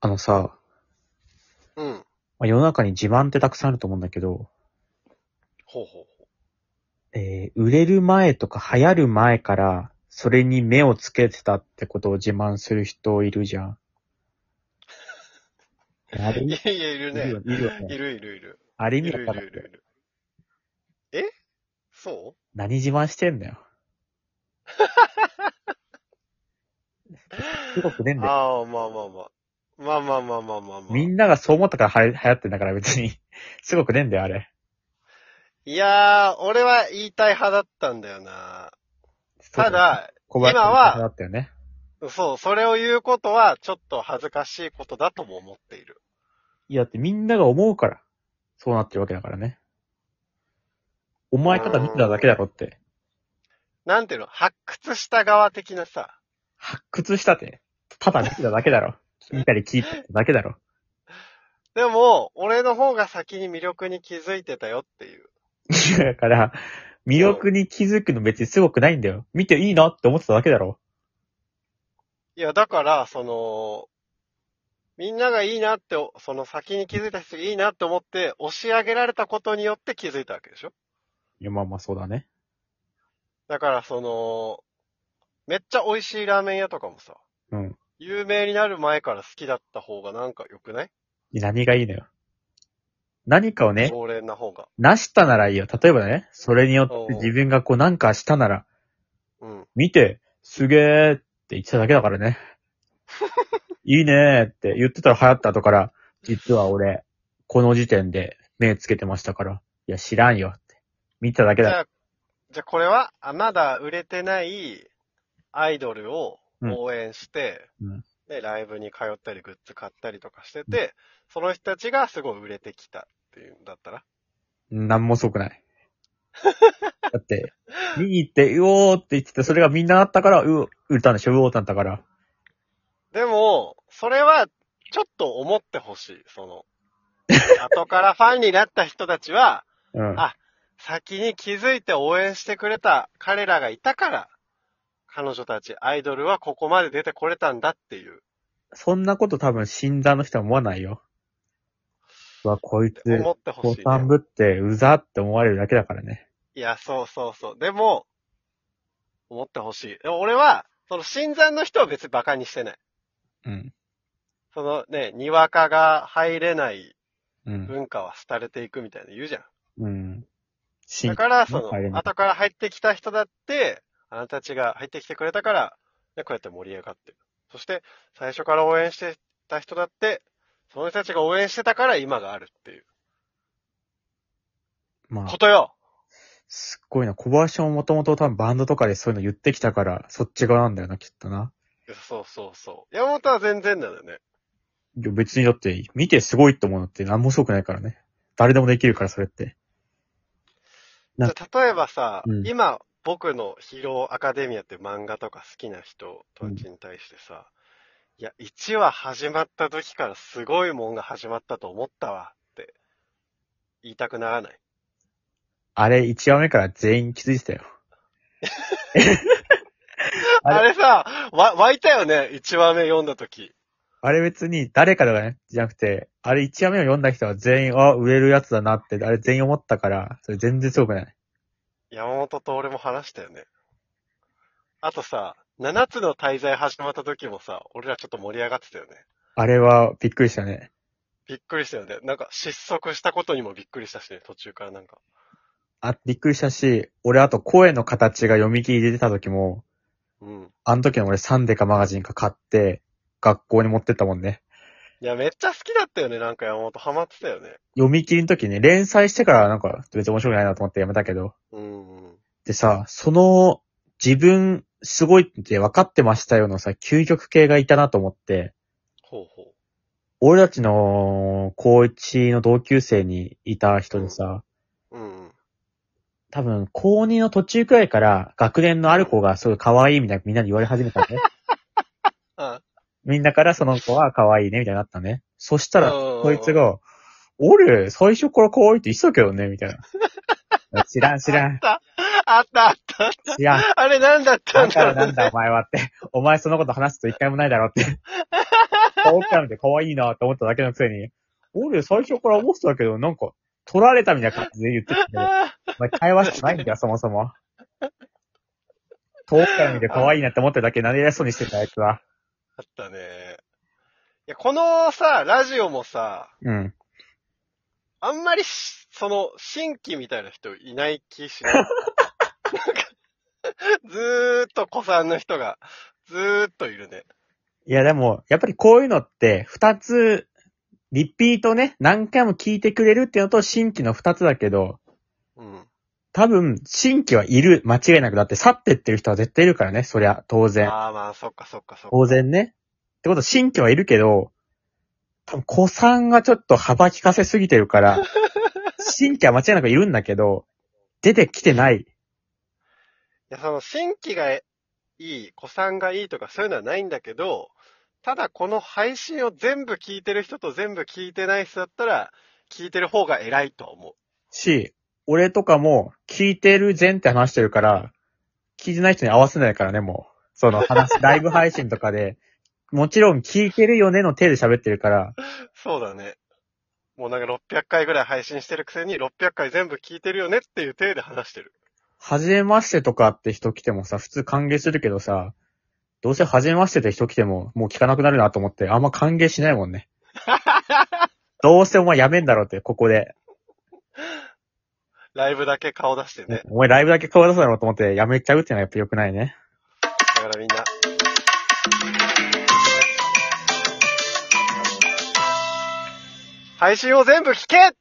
あのさ、うん。まあ、世の中に自慢ってたくさんあると思うんだけど、ほうほうほえー売れる前とか流行る前から、それに目をつけてたってことを自慢する人いるじゃん。あれ う。いいやいや、いるるねよ。ねいるよねいるいるいる。あれいる見いたるいからるいる。えそ何自慢してん だよ。すごくねえんうだよ。ああ、まあまあまあ。まあまあまあまあまあまあ。みんながそう思ったから流行流行ってんだから別に。すごくねえんだよ、あれ。いやー、俺は言いたい派だったんだよな。た、だ、小林今はだったよね。そう、それを言うことは、ちょっと恥ずかしいことだとも思っている。いや、だってみんなが思うから、そうなってるわけだからね。お前ただ見てただけだろって。なんていうの発掘した側的なさ。発掘したて。ただ見てただけだろ。見たり聞いてただけだろ。 でも、俺の方が先に魅力に気づいてたよっていう。いやだから、魅力に気づくの別にすごくないんだよ。見ていいなって思ってただけだろ。いや、だから、その、みんながいいなって、その先に気づいた人がいいなって思って、押し上げられたことによって気づいたわけでしょいや、まあまあそうだね。だから、その、めっちゃ美味しいラーメン屋とかもさ、うん。有名になる前から好きだった方がなんか良くない何がいいのよ。何かをね、常連な方が。なしたならいいよ。例えばね、それによって自分がこうなんかしたなら、うん。見て、すげーって言ってただけだから ね。いいねーって言ってたら流行った後から、実は俺、この時点で目つけてましたから、いや知らんよって。見ただけじだ。ゃあ、じゃあこれは、あまだ売れてないアイドルを応援して、うんで、ライブに通ったり、グッズ買ったりとかしてて、その人たちがすごい売れてきたっていうんだったらなんもすごくない。だって、見に行って、うおーって言ってて、それがみんなあったから、う、売れたんでしょ、うおーってなったから。でも、それは、ちょっと思ってほしい。その、後からファンになった人たちは、うん。あ先に気づいて応援してくれた彼らがいたから、彼女たち、アイドルはここまで出てこれたんだっていう、そんなこと多分、新参の人は思わないよ。うわ、こいつ、思ってほボしい、タンね。ぶって、うざって思われるだけだからね。いや、そうそうそう。でも、思ってほしい。でも俺は、その、新参の人は別に馬鹿にしてない。うん。そのね、にわかが入れないうん。文化は廃れていくみたいな言うじゃん。うん。新だから、そもう帰れの、ない後から入ってきた人だって、あなたたちが入ってきてくれたから、ね、こうやって盛り上がってる。そして、最初から応援してた人だって、その人たちが応援してたから今があるっていうまあこ、とよすっごいな。小林ももともと多分バンドとかでそういうの言ってきたから、そっち側なんだよな、きっとな。そうそうそう。山本は全然なんだよね。いや別にだって、見てすごいって思うのって何もすごくないからね。誰でもできるから、それって。なじゃあ例えばさ、うん今、僕のヒーローアカデミアって漫画とか好きな人たちに対してさ、いや、1話始まった時からすごいもんが始まったと思ったわって言いたくならないあれ、1話目から全員気づいてたよ。あれあれさ、わ、湧いたよね、1話目読んだ時。あれ別に誰かとかね、じゃなくて、あれ1話目を読んだ人は全員、あ、売れるやつだなって、あれ全員思ったから、それ全然すごくない。山本と俺も話したよね。あとさ、7つの滞在始まった時もさ、俺らちょっと盛り上がってたよね。あれはびっくりしたね。びっくりしたよね。なんか失速したことにもびっくりしたしね、途中からなんか。あ、びっくりしたし、俺あと声の形が読み切りで出た時も、うん。あの時の俺サンデカマガジンか買って、学校に持ってったもんね。いや、めっちゃ好きだったよね、なんか山本ハマってたよね。読み切りの時ね、連載してからなんか別に面白くないなと思ってやめたけど。うんうん。でさ、その、自分、すごいって分かってましたよのさ、究極系がいたなと思って、ほうほ俺たちの高一の同級生にいた人でさ、う。うんうん。多分高二の途中くらいから学年のある子がすごい可愛いみたいなみんなに言われ始めたのね。あ、みんなからその子は可愛いねみたいになったのね。そしたら、うんこいつが、俺、最初から可愛いって言ってたけどね、みたいな。知らん知らん、あったあったあっ知らん。た。あれなんだっただんかだらろなうんね。だお前はって。お前そのこと話すと一回もないだろって。顔から見て可愛いなって思っただけのくせに、俺最初から思ってたけど、なんか、取られたみたいな感じで言ってきて、お前会話してないんだよ、そもそも。遠くから見て可愛いなって思っただけ、何偉そうにしてたやつは。あったね。いや、このさ、ラジオもさ、うん。あんまりし、その、新規みたいな人いない気しない。なんか、ずーっと子さんの人が、ずーっといるね。いや、でも、やっぱりこういうのって、二つ、リピートね、何回も聞いてくれるっていうのと、新規の二つだけど、うん。多分、新規はいる、間違いなく。だって、去ってってる人は絶対いるからね、そりゃ、当然。ああまあ、そっかそっかそっか。当然ね。ってことは、新規はいるけど、多分、子さんがちょっと幅利かせすぎてるから、新規は間違いなくいるんだけど、出てきてない。いや、その新規がいい、子さんがいいとかそういうのはないんだけど、ただこの配信を全部聞いてる人と全部聞いてない人だったら、聞いてる方が偉いと思し、俺とかも、聞いてる前って話してるから、聞いてない人に合わせないからね、もう。その話、 ライブ配信とかで、もちろん聞いてるよねの手で喋ってるから、う。そうだね。もうなんか600回ぐらい配信してるくせに600回全部聞いてるよねっていう体で話してる。初めましてとかって人来てもさ、普通歓迎するけどさ、どうせ初めましてって人来ても、もう聞かなくなるなと思って、あんま歓迎しないもんね。どうせお前やめんだろうって、ここで。ライブだけ顔出してね。お前ライブだけ顔出すだろうと思って、やめちゃうっていうのはやっぱ良くないね。だからみんな。配信を全部聞け